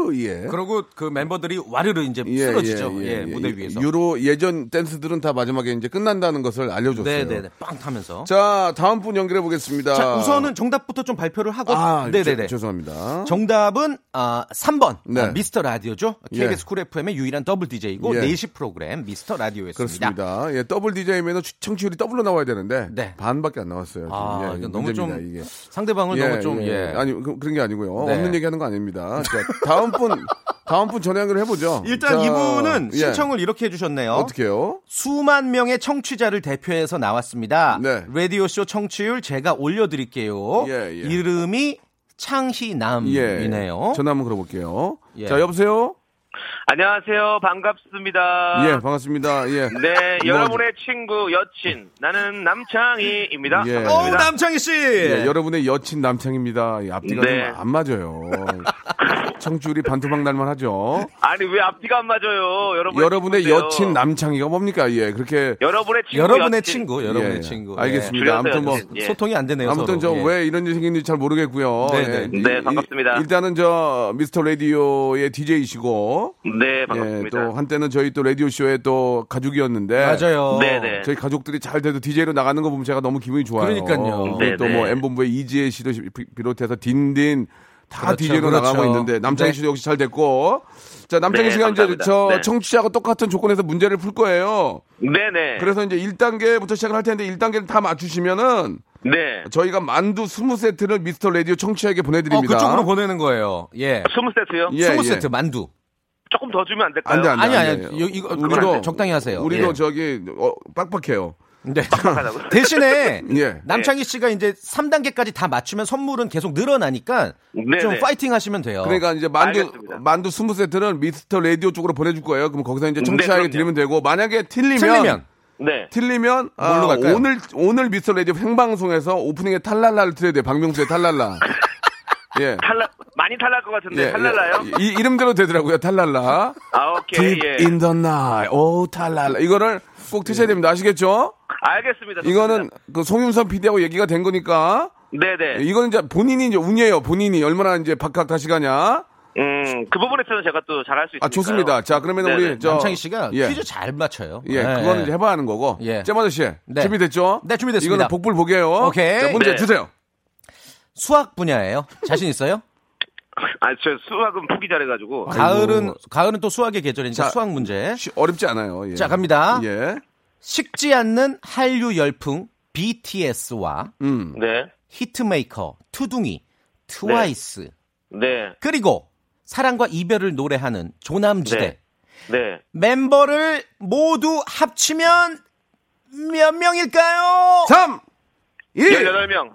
Speaker 2: 아우! 예.
Speaker 9: 그러고 그 멤버들이 와르르 이제
Speaker 2: 예,
Speaker 9: 쓰러지죠. 예,
Speaker 2: 예.
Speaker 9: 무대 위에서.
Speaker 2: 유로 예전 댄스들은 다 마지막에 이제 끝난다는 것을 알려줬어요.
Speaker 9: 네네네. 빵 타면서. 자,
Speaker 2: 자, 다음 분 연결해 보겠습니다.
Speaker 9: 우선은 정답부터 좀 발표를 하고.
Speaker 2: 아,
Speaker 9: 네네네.
Speaker 2: 죄- 죄송합니다.
Speaker 9: 정답은 아, 3번
Speaker 2: 네.
Speaker 9: 아, 미스터 라디오죠.
Speaker 2: 예.
Speaker 9: KBS 쿨 FM의 유일한 더블 DJ고
Speaker 2: 예.
Speaker 9: 4시 프로그램 미스터 라디오였습니다.
Speaker 2: 그렇습니다. 예, 더블 DJ면은 청취율이 더블로 나와야 되는데
Speaker 9: 네.
Speaker 2: 반밖에 안 나왔어요. 지금.
Speaker 9: 아,
Speaker 2: 예,
Speaker 9: 이거 너무 좀
Speaker 2: 문제입니다, 이게.
Speaker 9: 상대방을 너무 좀 예.
Speaker 2: 아니 그, 런게 아니고요.
Speaker 9: 네.
Speaker 2: 없는 얘기하는 거 아닙니다. 자, 다음 분 다음 분 전화 연결해 보죠.
Speaker 9: 일단 이분은 신청을 이렇게 해주셨네요.
Speaker 2: 예. 어떻게요?
Speaker 9: 수만 명의 청취자를 대표해서 나왔습니다.
Speaker 2: 네.
Speaker 9: 라디오쇼 청취율 제가 올려드릴게요.
Speaker 2: 예, 예.
Speaker 9: 이름이 음, 창희남이네요.
Speaker 2: 전화 한번 걸어볼게요.
Speaker 9: 예.
Speaker 2: 자, 여보세요.
Speaker 5: 안녕하세요. 반갑습니다.
Speaker 2: 예, 반갑습니다. 예.
Speaker 5: 아. 네,
Speaker 2: 뭐,
Speaker 5: 여러분의 친구, 여친. 나는 남창희입니다.
Speaker 2: 예.
Speaker 9: 오,
Speaker 5: 반갑습니다.
Speaker 9: 남창희 씨!
Speaker 2: 예, 여러분의 여친 남창입니다. 이 앞뒤가
Speaker 5: 네.
Speaker 2: 좀 안 맞아요. 청주율이 반토막 날만 하죠.
Speaker 5: 아니, 왜 앞뒤가 안 맞아요? 여러분의,
Speaker 2: 여러분의
Speaker 5: 친구인데요.
Speaker 2: 여친 남창이가 뭡니까? 예, 그렇게
Speaker 5: 여러분의 친구.
Speaker 9: 여러분의
Speaker 5: 여친.
Speaker 9: 친구, 여러분의
Speaker 2: 예,
Speaker 9: 친구. 예.
Speaker 2: 알겠습니다. 아무튼 뭐
Speaker 5: 줄였어요, 예.
Speaker 9: 소통이 안 되네요.
Speaker 2: 아무튼 저
Speaker 9: 서로. 예.
Speaker 2: 왜 이런 일이 생긴지 잘 모르겠고요.
Speaker 9: 네,
Speaker 2: 예,
Speaker 9: 네.
Speaker 2: 이-
Speaker 5: 네, 반갑습니다.
Speaker 2: 이- 일단은 저 미스터 라디오의 DJ이시고
Speaker 5: 네,
Speaker 2: 예,
Speaker 5: 반갑습니다.
Speaker 2: 또 한때는 저희 또 라디오 쇼의 또 가족이었는데
Speaker 9: 예. 맞아요.
Speaker 5: 네네.
Speaker 2: 저희 가족들이 잘 돼도 DJ로 나가는 거 보면 제가 너무 기분이 좋아요. 어,
Speaker 9: 그러니까요.
Speaker 5: 네,
Speaker 2: 또뭐
Speaker 5: 네.
Speaker 2: 엠본부의 이지혜 씨도 시- 비- 비롯해서 딘딘 다
Speaker 9: 그렇죠,
Speaker 2: DJ로
Speaker 9: 그렇죠.
Speaker 2: 나가고 있는데 남창희
Speaker 9: 네.
Speaker 2: 씨도 역시 잘 됐고 자 남창희
Speaker 5: 네,
Speaker 2: 씨가 이제
Speaker 5: 감사합니다.
Speaker 2: 저
Speaker 5: 네.
Speaker 2: 청취자하고 똑같은 조건에서 문제를 풀 거예요.
Speaker 5: 네네.
Speaker 2: 그래서 이제 1단계부터 시작을 할 텐데 1단계를 다 맞추시면은
Speaker 5: 네.
Speaker 2: 저희가 만두 20세트를 미스터 라디오 청취자에게
Speaker 9: 어,
Speaker 2: 보내드립니다.
Speaker 9: 그쪽으로 보내는 거예요. 예.
Speaker 5: 20세트요?
Speaker 2: 예,
Speaker 9: 20세트
Speaker 2: 예.
Speaker 9: 만두.
Speaker 5: 조금 더 주면 안 될까요?
Speaker 2: 안돼 안돼
Speaker 9: 아니, 아니, 요- 이거 그건 안 돼. 적당히 하세요.
Speaker 2: 우리도
Speaker 9: 예.
Speaker 2: 저기 어, 빡빡해요.
Speaker 9: 네.
Speaker 5: 빡빡하다고요?
Speaker 9: 대신에
Speaker 2: 예.
Speaker 9: 남창희 씨가 이제 3단계까지 다 맞추면 선물은 계속 늘어나니까
Speaker 5: 네네.
Speaker 9: 좀 파이팅 하시면 돼요.
Speaker 2: 그러니까 이제 만두
Speaker 5: 알겠습니다.
Speaker 2: 만두 20세트는 미스터 라디오 쪽으로 보내줄 거예요. 그럼 거기서 이제
Speaker 5: 네,
Speaker 2: 청취하게
Speaker 5: 그럼요.
Speaker 2: 드리면 되고 만약에 틀리면
Speaker 9: 틀리면
Speaker 5: 네.
Speaker 2: 틀리면 아,
Speaker 9: 뭘로 갈까요?
Speaker 2: 오늘 오늘 미스터 라디오 생방송에서 오프닝에 탈랄라를 틀어야 돼. 요 박명수의 탈랄라. 예.
Speaker 5: 탈락, 많이 탈락 것 같은데, 탈랄라요?
Speaker 2: 예. 이 이름대로 되더라고요. 탈랄라.
Speaker 5: 아, 오케이.
Speaker 2: Deep
Speaker 5: 예.
Speaker 2: in the night. 오 탈랄라. 이거를 꼭 드셔야 됩니다. 아시겠죠?
Speaker 5: 알겠습니다.
Speaker 2: 이거는 그 송윤선 PD하고 얘기가 된 거니까
Speaker 5: 네네. 예.
Speaker 2: 이거는 이제 본인이 이제 운이에요. 본인이 얼마나 이제 박학 다시 가냐.
Speaker 5: 음, 그 부분에 있어서 제가 또 잘할 수
Speaker 2: 예.
Speaker 5: 있어요. 네.
Speaker 2: 아 좋습니다. 자 그러면 우리 저
Speaker 9: 남창희 씨가
Speaker 2: 예.
Speaker 9: 퀴즈 잘 맞춰요. 네.
Speaker 2: 예, 그거는 이제 해봐야 하는 거고.
Speaker 9: 예.
Speaker 2: 잼마저 씨,
Speaker 9: 네.
Speaker 2: 준비됐죠?
Speaker 9: 네, 준비됐습니다.
Speaker 2: 이거는 복불 복이에요.
Speaker 9: 오케이.
Speaker 2: 자, 문제
Speaker 5: 네.
Speaker 2: 주세요.
Speaker 9: 수학 분야예요. 자신 있어요?
Speaker 5: 아, 저 수학은 포기
Speaker 2: 아,
Speaker 5: 잘해가지고.
Speaker 9: 가을은 가을은 또 수학의 계절이니까
Speaker 2: 자,
Speaker 9: 수학 문제.
Speaker 2: 쉬- 어렵지 않아요. 예.
Speaker 9: 자 갑니다.
Speaker 2: 예.
Speaker 9: 식지 않는 한류 열풍 BTS와
Speaker 2: 음.
Speaker 5: 네.
Speaker 9: 히트메이커 투둥이 트와이스
Speaker 5: 네.
Speaker 9: 그리고 사랑과 이별을 노래하는 조남지대
Speaker 5: 네. 네.
Speaker 9: 멤버를 모두 합치면 몇 명일까요?
Speaker 2: 3, 1.
Speaker 5: 18명.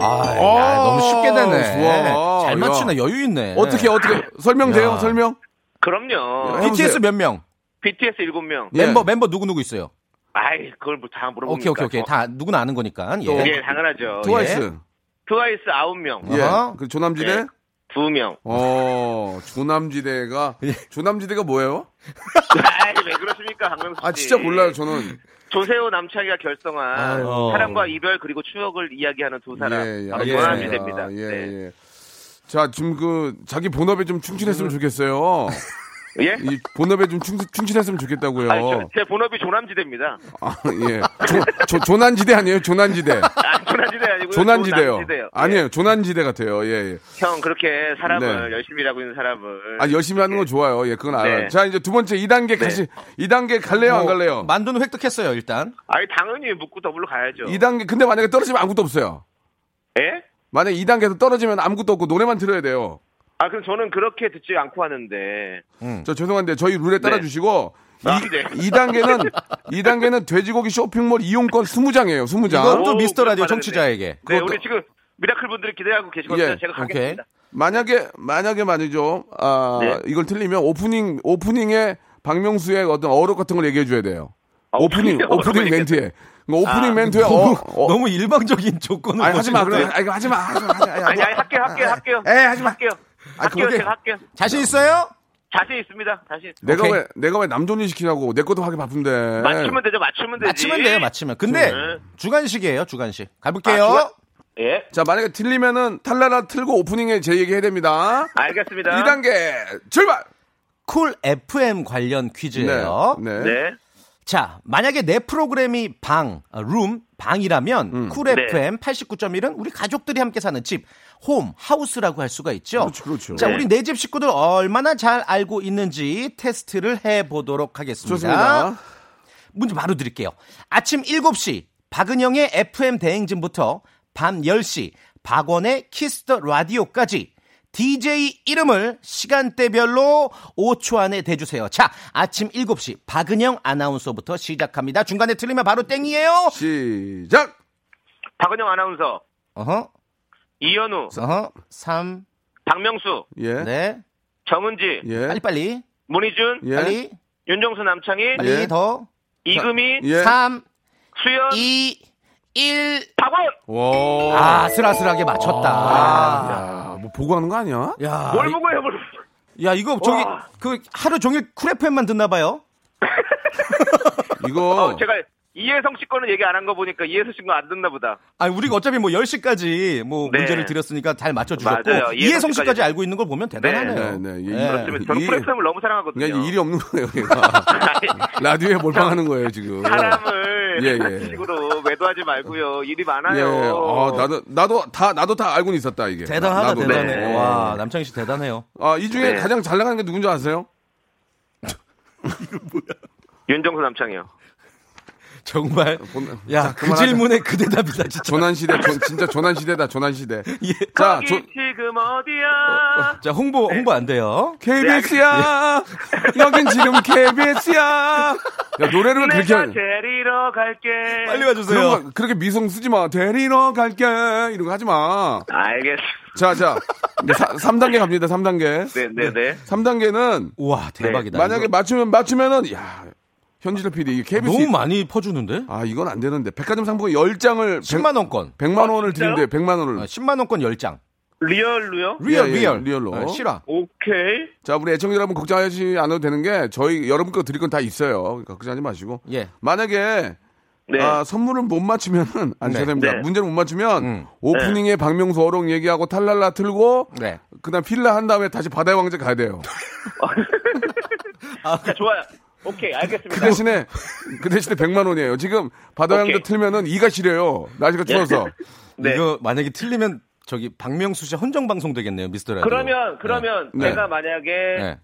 Speaker 9: 아, 야,
Speaker 2: 아,
Speaker 9: 너무 쉽게 되네.
Speaker 2: 좋아.
Speaker 9: 잘
Speaker 2: 야.
Speaker 9: 맞추나 여유 있네.
Speaker 2: 어떻게, 어떻게. 설명 돼요,
Speaker 9: 야.
Speaker 2: 설명?
Speaker 5: 그럼요.
Speaker 2: 예. 해보세요.
Speaker 9: BTS 몇 명?
Speaker 5: BTS 7명.
Speaker 2: 예. 그러니까
Speaker 9: 멤버 멤버 누구 누구 있어요?
Speaker 5: 아이, 그걸 뭐다 물어보니까.
Speaker 9: 오케이 오케이 오케이 다 누구나 아는 거니까.
Speaker 2: 또.
Speaker 9: 예.
Speaker 5: 예, 당연하죠. 예.
Speaker 2: 트와이스.
Speaker 5: 트와이스 9명.
Speaker 2: 예.
Speaker 9: 아하.
Speaker 2: 그 조남지대?
Speaker 5: 네. 2명.
Speaker 2: 어, 조남지대가.
Speaker 9: 예.
Speaker 2: 조남지대가 뭐예요?
Speaker 5: 아이, 왜 그러십니까, 박명수 씨.
Speaker 2: 아, 진짜 몰라요, 저는.
Speaker 5: 조세호 남창희가 결성한
Speaker 9: 아유.
Speaker 5: 사랑과 이별 그리고 추억을 이야기하는 두 사람. 바로
Speaker 9: 알겠습니다.
Speaker 5: 조남지 됩니다.
Speaker 2: 아,
Speaker 5: 네.
Speaker 2: 예, 예. 자, 지금 그, 자기 본업에 좀
Speaker 5: 음.
Speaker 2: 충실했으면 좋겠어요.
Speaker 5: 예? 예?
Speaker 2: 이 어. 본업에 좀 충, 충실했으면 좋겠다고요.
Speaker 5: 아니, 저- 제 본업이 조남지대입니다.
Speaker 2: 아, 예. 조, 난지대 아니에요? 조난지대.
Speaker 5: 아, 조남지대 아니고요.
Speaker 2: 조난지대요.
Speaker 5: 조남지대요. 예.
Speaker 2: 아니에요. 조난지대 같아요. 예, 예.
Speaker 5: 형 그렇게 사람을
Speaker 2: 네.
Speaker 5: 열심히 일하고 있는 사람을
Speaker 2: 아, 열심히 하는 거 좋아요. 예, 그건 알아요.
Speaker 5: 네.
Speaker 2: 자, 이제 두 번째 2단계 다시, 2단계 갈래요?
Speaker 9: 뭐,
Speaker 2: 안 갈래요?
Speaker 9: 어, 만두는 획득했어요 일단.
Speaker 5: 아니 당연히 묻고 더블로 가야죠.
Speaker 2: 2단계, 근데 만약에 떨어지면 아무것도 없어요.
Speaker 5: 예?
Speaker 2: 만약에 2단계에서 떨어지면 아무것도 없고 노래만 들어야 돼요.
Speaker 5: 아 그럼 저는 그렇게 듣지 않고 하는데
Speaker 2: 저 죄송한데 저희 룰에 따라 주시고
Speaker 5: 아, 네.
Speaker 2: 이 2단계는 2단계는 돼지고기 쇼핑몰 이용권 20장이에요. 20장.
Speaker 9: 이건 또
Speaker 5: 오,
Speaker 9: 미스터 라디오
Speaker 5: 어, 그렇게
Speaker 9: 청취자에게.
Speaker 5: 네
Speaker 2: 그것도-
Speaker 5: 우리 지금 미라클 분들이 기대하고 계시거든요.
Speaker 2: 예,
Speaker 5: 제가
Speaker 9: 오케이.
Speaker 5: 가겠습니다.
Speaker 2: 만약에 만약에 말이죠. 아,
Speaker 5: 네.
Speaker 2: 이걸 틀리면 오프닝 오프닝에 박명수의 어떤 어록 같은 걸 얘기해 줘야 돼요.
Speaker 5: 아,
Speaker 2: 오프닝
Speaker 5: 오프닝
Speaker 2: 오프닝
Speaker 5: 어록을
Speaker 2: 멘트에. 그 오프닝
Speaker 5: 아,
Speaker 2: 멘트에 어,
Speaker 9: 너무,
Speaker 2: 어
Speaker 9: 너무 일방적인 조건을
Speaker 2: 아니 하지 마.
Speaker 9: 보시는데.
Speaker 2: 그래. 아니 이거 하지 마. 하지 마. 하지 마.
Speaker 5: 아니 아니 할게요 할게요 할게요.
Speaker 2: 에, 하지 마.
Speaker 5: 할게요. 할게요
Speaker 2: 그게-
Speaker 5: 제가 할게요.
Speaker 9: 자신 있어요?
Speaker 5: 자신 있습니다. 자신 있습니다.
Speaker 2: 내가
Speaker 9: 오케이.
Speaker 2: 왜 내가 왜 남존이 시키냐고. 내 것도 하기 바쁜데.
Speaker 5: 맞추면 되죠. 맞추면 되지.
Speaker 9: 맞히면 돼요, 맞히면. 근데
Speaker 5: 네.
Speaker 9: 주간식이에요, 주간식. 가볼게요.
Speaker 5: 아, 주간- 예.
Speaker 2: 자, 만약에 틀리면은 탈라라 틀고 오프닝에 제 얘기 해야 됩니다.
Speaker 5: 알겠습니다.
Speaker 2: 2단계 출발.
Speaker 9: 쿨 FM 관련 퀴즈예요.
Speaker 2: 네. 네.
Speaker 5: 네.
Speaker 9: 자, 만약에 내 프로그램이 방, 아, 룸, 방이라면
Speaker 2: 음.
Speaker 9: 쿨
Speaker 5: 네.
Speaker 9: FM 89.1은 우리 가족들이 함께 사는 집, 홈, 하우스라고 할 수가 있죠.
Speaker 2: 그렇죠, 그렇죠.
Speaker 9: 자,
Speaker 5: 네.
Speaker 9: 우리 내 집 식구들 얼마나 잘 알고 있는지 테스트를 해 보도록 하겠습니다.
Speaker 2: 좋습니다.
Speaker 9: 문제 바로 드릴게요. 아침 7시 박은영의 FM 대행진부터 밤 10시 박원의 키스 더 라디오까지 DJ 이름을 시간대별로 5초 안에 대주세요. 자, 아침 7시 박은영 아나운서부터 시작합니다. 중간에 틀리면 바로 땡이에요.
Speaker 2: 시작.
Speaker 5: 박은영 아나운서,
Speaker 9: 어허,
Speaker 5: 이현우,
Speaker 9: 어허, 3,
Speaker 5: 박명수,
Speaker 2: 예.
Speaker 9: 네.
Speaker 5: 정은지,
Speaker 2: 예.
Speaker 9: 빨리빨리,
Speaker 5: 문희준,
Speaker 2: 예.
Speaker 9: 빨리,
Speaker 5: 윤정수 남창희,
Speaker 9: 빨리
Speaker 2: 예.
Speaker 9: 더.
Speaker 5: 이금희,
Speaker 2: 예.
Speaker 9: 3,
Speaker 5: 수현,
Speaker 9: 2, 1.
Speaker 5: 박원.
Speaker 2: 와.
Speaker 9: 아, 슬아슬하게 맞췄다.
Speaker 2: 야, 뭐 보고 하는 거 아니야?
Speaker 9: 야,
Speaker 5: 뭘
Speaker 9: 이-
Speaker 5: 보고 해볼?
Speaker 9: 야 이거 저기
Speaker 5: 와.
Speaker 9: 그 하루 종일 쿨 FM만 듣나 봐요. 예.
Speaker 2: 이거
Speaker 5: 어, 제가 이혜성 씨 거는 얘기 안 한 거 보니까 이혜성 씨 거 안 듣나 보다.
Speaker 9: 아 우리가 어차피 뭐 10시까지 뭐
Speaker 5: 네.
Speaker 9: 문제를 드렸으니까 잘 맞춰
Speaker 5: 맞아요.
Speaker 9: 주셨고
Speaker 5: 이해성
Speaker 9: 이해성 씨까지
Speaker 5: 씨까지.
Speaker 9: 알고 있는 걸 보면
Speaker 2: 네,
Speaker 9: 대단하네요.
Speaker 2: 네. 이-
Speaker 9: 예.
Speaker 2: 그렇습니다.
Speaker 5: 그러면 저는
Speaker 2: 이-
Speaker 5: 프렉스를 너무 사랑하거든요.
Speaker 2: 그냥 이제 일이 없는 거예요. 얘가. 라디오에 몰빵하는 거예요 지금.
Speaker 5: 사람을
Speaker 2: 예, 예.
Speaker 5: 그런 식으로 매도하지 말고요. 일이 많아요.
Speaker 2: 예. 아, 나도 나도 다 나도 다 알고는 있었다 이게.
Speaker 9: 대단하다
Speaker 2: 나도.
Speaker 9: 대단해.
Speaker 2: 네.
Speaker 9: 와 남창희 씨 대단해요.
Speaker 2: 아, 이 중에
Speaker 5: 네.
Speaker 2: 가장 잘 나가는 게 누군지 아세요?
Speaker 5: 윤정수 남창이요.
Speaker 9: 정말
Speaker 2: 본- 자,
Speaker 9: 야 그
Speaker 2: 그만하자.
Speaker 9: 질문에 그 대답이다 진짜.
Speaker 2: 조난 시대, 조- 진짜 조난 시대다 조난 시대.
Speaker 9: 예.
Speaker 2: 자,
Speaker 5: 거기
Speaker 2: 조,
Speaker 5: 지금 어디야?
Speaker 2: 네.
Speaker 9: 자 홍보 홍보 안 돼요.
Speaker 2: KBS야.
Speaker 5: 네.
Speaker 2: 여긴 지금 KBS야. 야, 노래를 왜 그렇게
Speaker 5: 내가
Speaker 2: 하냐.
Speaker 5: 데리러 갈게.
Speaker 9: 빨리 와주세요.
Speaker 2: 그런 거, 그렇게 미성 쓰지 마. 데리러 갈게. 이런 거 하지 마.
Speaker 5: 알겠어.
Speaker 2: 자, 자. 이제 사, 3단계 갑니다. 3단계.
Speaker 5: 네네네.
Speaker 2: 3단계는
Speaker 9: 우와 대박이다.
Speaker 2: 네. 만약에
Speaker 9: 이거 맞-
Speaker 2: 맞추면 맞추면은 야, 현지철 PD 이게 KBS
Speaker 9: 너무 많이 퍼주는데
Speaker 2: 아, 이건 안 되는데. 백화점 상품권 10장을
Speaker 9: 10만 원권,
Speaker 2: 100만 원을
Speaker 5: 아, 진짜요?
Speaker 2: 드린대요. 100만 원을.
Speaker 9: 어, 10만 원권 10장.
Speaker 5: 리얼로요?
Speaker 9: 리얼
Speaker 2: 음. 예, 예,
Speaker 9: 리얼
Speaker 2: 리얼로.
Speaker 9: 어, 실화.
Speaker 5: 오케이.
Speaker 2: 자, 우리 애청자 여러분 걱정하지 않아도 되는 게 저희 여러분 거 드릴 건 다 있어요. 그러니까 걱정하지 마시고.
Speaker 9: 예.
Speaker 2: 만약에
Speaker 5: 네.
Speaker 2: 아, 선물을 못 맞추면은 안
Speaker 9: 네.
Speaker 2: 죄송합니다.
Speaker 5: 네.
Speaker 2: 문제를 못 맞추면
Speaker 9: 음.
Speaker 2: 오프닝에 박명수 어록 얘기하고 탈랄라 틀고
Speaker 9: 네.
Speaker 2: 그다음 필라 한 다음에 다시 바다의 왕자 가야 돼요.
Speaker 5: 자, 좋아요. 오케이, 알겠습니다.
Speaker 2: 그 대신에 그 대신에 100만 원이에요. 지금 바다의 왕자
Speaker 5: 오케이.
Speaker 2: 틀면은 이가 시려요. 날씨가 추워서.
Speaker 5: 네.
Speaker 9: 이거 만약에 틀리면 저기 박명수 씨 헌정 방송 되겠네요, 미스터 라디오.
Speaker 5: 그러면, 그러면
Speaker 2: 네.
Speaker 5: 제가 만약에
Speaker 9: 네.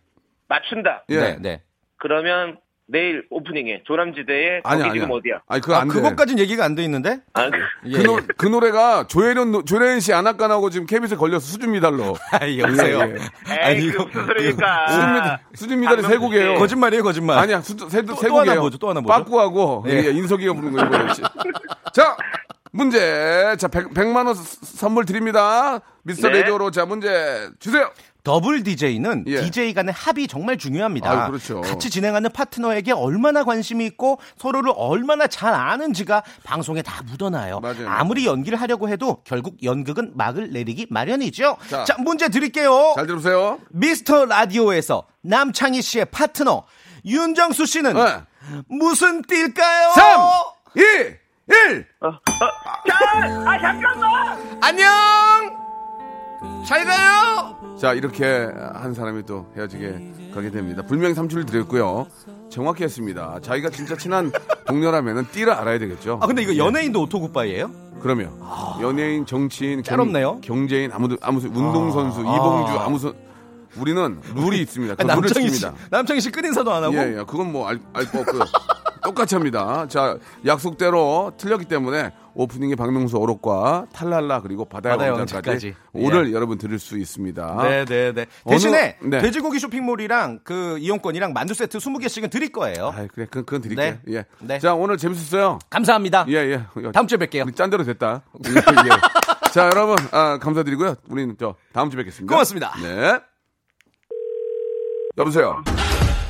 Speaker 5: 맞춘다.
Speaker 2: 예.
Speaker 9: 네. 네.
Speaker 5: 그러면 내일 오프닝에 조남지대에 거기
Speaker 2: 아니 아니.
Speaker 5: 지금 어디야?
Speaker 2: 아니 그거
Speaker 9: 아,
Speaker 2: 안 돼.
Speaker 9: 그것까지는 얘기가 안 돼 있는데.
Speaker 5: 아, 그-
Speaker 9: 예.
Speaker 2: 그, 노, 그 노래가 조혜련 노- 조혜련 씨 안악간하고 지금 KBS에 걸려서 수준 미달로.
Speaker 9: 아이, 여보세요.
Speaker 2: 예,
Speaker 5: 에이,
Speaker 9: 아니,
Speaker 5: 그
Speaker 9: 이거-
Speaker 5: 무슨 소리입니까?
Speaker 2: 수준 미달 수준 미달이 세
Speaker 5: 아, 박명수
Speaker 2: 곡이에요.
Speaker 5: 씨.
Speaker 9: 거짓말이에요, 거짓말.
Speaker 2: 아니야 수, 세,
Speaker 9: 또
Speaker 2: 세 곡이에요.
Speaker 9: 하나 뭐죠, 또 하나 뭐죠?
Speaker 2: 빠꾸하고
Speaker 9: 예.
Speaker 2: 예, 인석이가 부르는 거 이거 역시. 자 문제 자 100, 만원 스- 선물 드립니다. 미스터
Speaker 5: 네.
Speaker 2: 라디오로 자 문제 주세요.
Speaker 9: 더블 DJ는
Speaker 2: 예.
Speaker 9: DJ 간의 합이 정말 중요합니다.
Speaker 2: 아유, 그렇죠.
Speaker 9: 같이 진행하는 파트너에게 얼마나 관심이 있고 서로를 얼마나 잘 아는지가 방송에 다 묻어나요.
Speaker 2: 맞아요.
Speaker 9: 무리 연기를 하려고 해도 결국 연극은 막을 내리기 마련이죠.
Speaker 2: 자.
Speaker 9: 자, 문제 드릴게요.
Speaker 2: 잘 들어보세요.
Speaker 9: 미스터 라디오에서 남창희 씨의 파트너 윤정수 씨는
Speaker 2: 네.
Speaker 9: 무슨 띠일까요?
Speaker 2: 3 2 1
Speaker 5: 어, 아, 잠깐만!
Speaker 9: 안녕! 잘 가요!
Speaker 2: 자 이렇게 한 사람이 또 헤어지게 가게 됩니다. 불명예 삼출을 드렸고요. 정확히 했습니다. 자기가 진짜 친한 동료라면은 띠를 알아야 되겠죠.
Speaker 9: 아, 근데 이거 연예인도 아. 오토굿바이예요
Speaker 2: 네, 그러면 연예인, 정치인,
Speaker 9: 짧네요.
Speaker 2: 경제인 아무도 아무 수- 운동선수 이봉주 아무 수 우리는 룰이 있습니다. 그
Speaker 9: 아니,
Speaker 2: 룰을
Speaker 9: 남창희 씨,
Speaker 2: 지킵니다.
Speaker 9: 남창희 씨 끝인사도 안 하고.
Speaker 2: 예, 예, 그건 뭐 알 알거 없고요. 똑같이 합니다. 자 약속대로 틀렸기 때문에 오프닝의 박명수 어록과 탈랄라 그리고 바다의
Speaker 9: 바다의
Speaker 2: 왕자까지
Speaker 9: 왕자까지. 예.
Speaker 2: 오늘 여러분 들을 수 있습니다.
Speaker 9: 네네네. 대신에
Speaker 2: 아. 어느- 네.
Speaker 9: 돼지고기 쇼핑몰이랑 그 이용권이랑 만두 세트 20개씩은 드릴 거예요.
Speaker 2: 아, 그래, 그건, 그건 드릴게요.
Speaker 9: 네.
Speaker 2: 예.
Speaker 9: 네.
Speaker 2: 자, 오늘 재밌었어요.
Speaker 9: 감사합니다.
Speaker 2: 예, 예.
Speaker 9: 다음 주에 뵐게요.
Speaker 2: 우리 짠대로 됐다. 예, 예. 자, 여러분, 아, 감사드리고요. 우리는 저 다음 주에 뵙겠습니다.
Speaker 9: 고맙습니다.
Speaker 2: 네. 여보세요.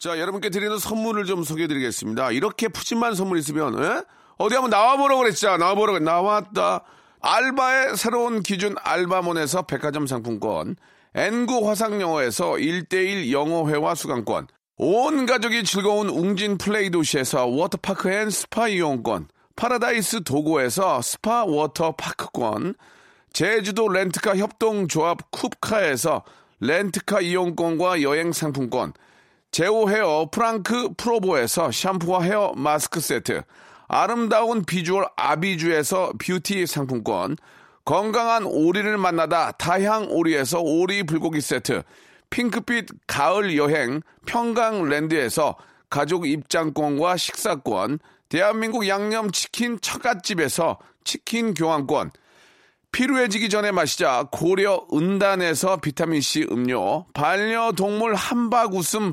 Speaker 2: 자, 여러분께 드리는 선물을 좀 소개해 드리겠습니다. 이렇게 푸짐한 선물 있으면, 에? 어디 한번 나와보라고 그랬잖아. 나와보라고. 그랬- 나왔다. 알바의 새로운 기준 알바몬에서 백화점 상품권, N구 화상영어에서 1대1 영어회화 수강권, 온 가족이 즐거운 웅진 플레이 도시에서 워터파크 앤 스파 이용권, 파라다이스 도고에서 스파 워터파크권, 제주도 렌트카 협동조합 쿱카에서 렌트카 이용권과 여행 상품권, 제오 헤어 프랑크 프로보에서 샴푸와 헤어 마스크 세트, 아름다운 비주얼 아비주에서 뷰티 상품권, 건강한 오리를 만나다 다향 오리에서 오리 불고기 세트, 핑크빛 가을 여행 평강랜드에서 가족 입장권과 식사권, 대한민국 양념치킨 처갓집에서 치킨 교환권, 피로해지기 전에 마시자 고려 은단에서 비타민C 음료, 반려동물 한박 웃음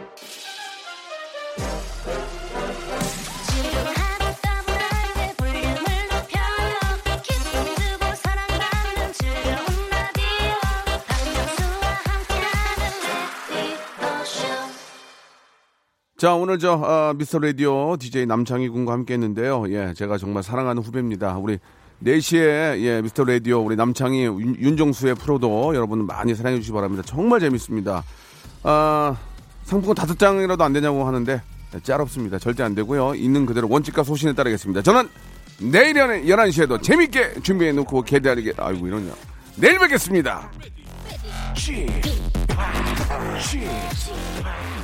Speaker 2: 자, 오늘 저, 아, 미스터 라디오 DJ 남창희 군과 함께 했는데요. 예, 제가 정말 사랑하는 후배입니다. 우리 4시에, 예, 미스터 라디오 우리 남창희 윤, 윤정수의 프로도 여러분 많이 사랑해 주시기 바랍니다. 정말 재밌습니다. 아, 상품권 다섯 장이라도 안 되냐고 하는데, 네, 짤 없습니다. 절대 안 되고요. 있는 그대로 원칙과 소신에 따르겠습니다. 저는 내일 11시에도 재밌게 준비해 놓고 기대하게, 아이고, 이러냐. 내일 뵙겠습니다.
Speaker 10: Cheese. Cheese.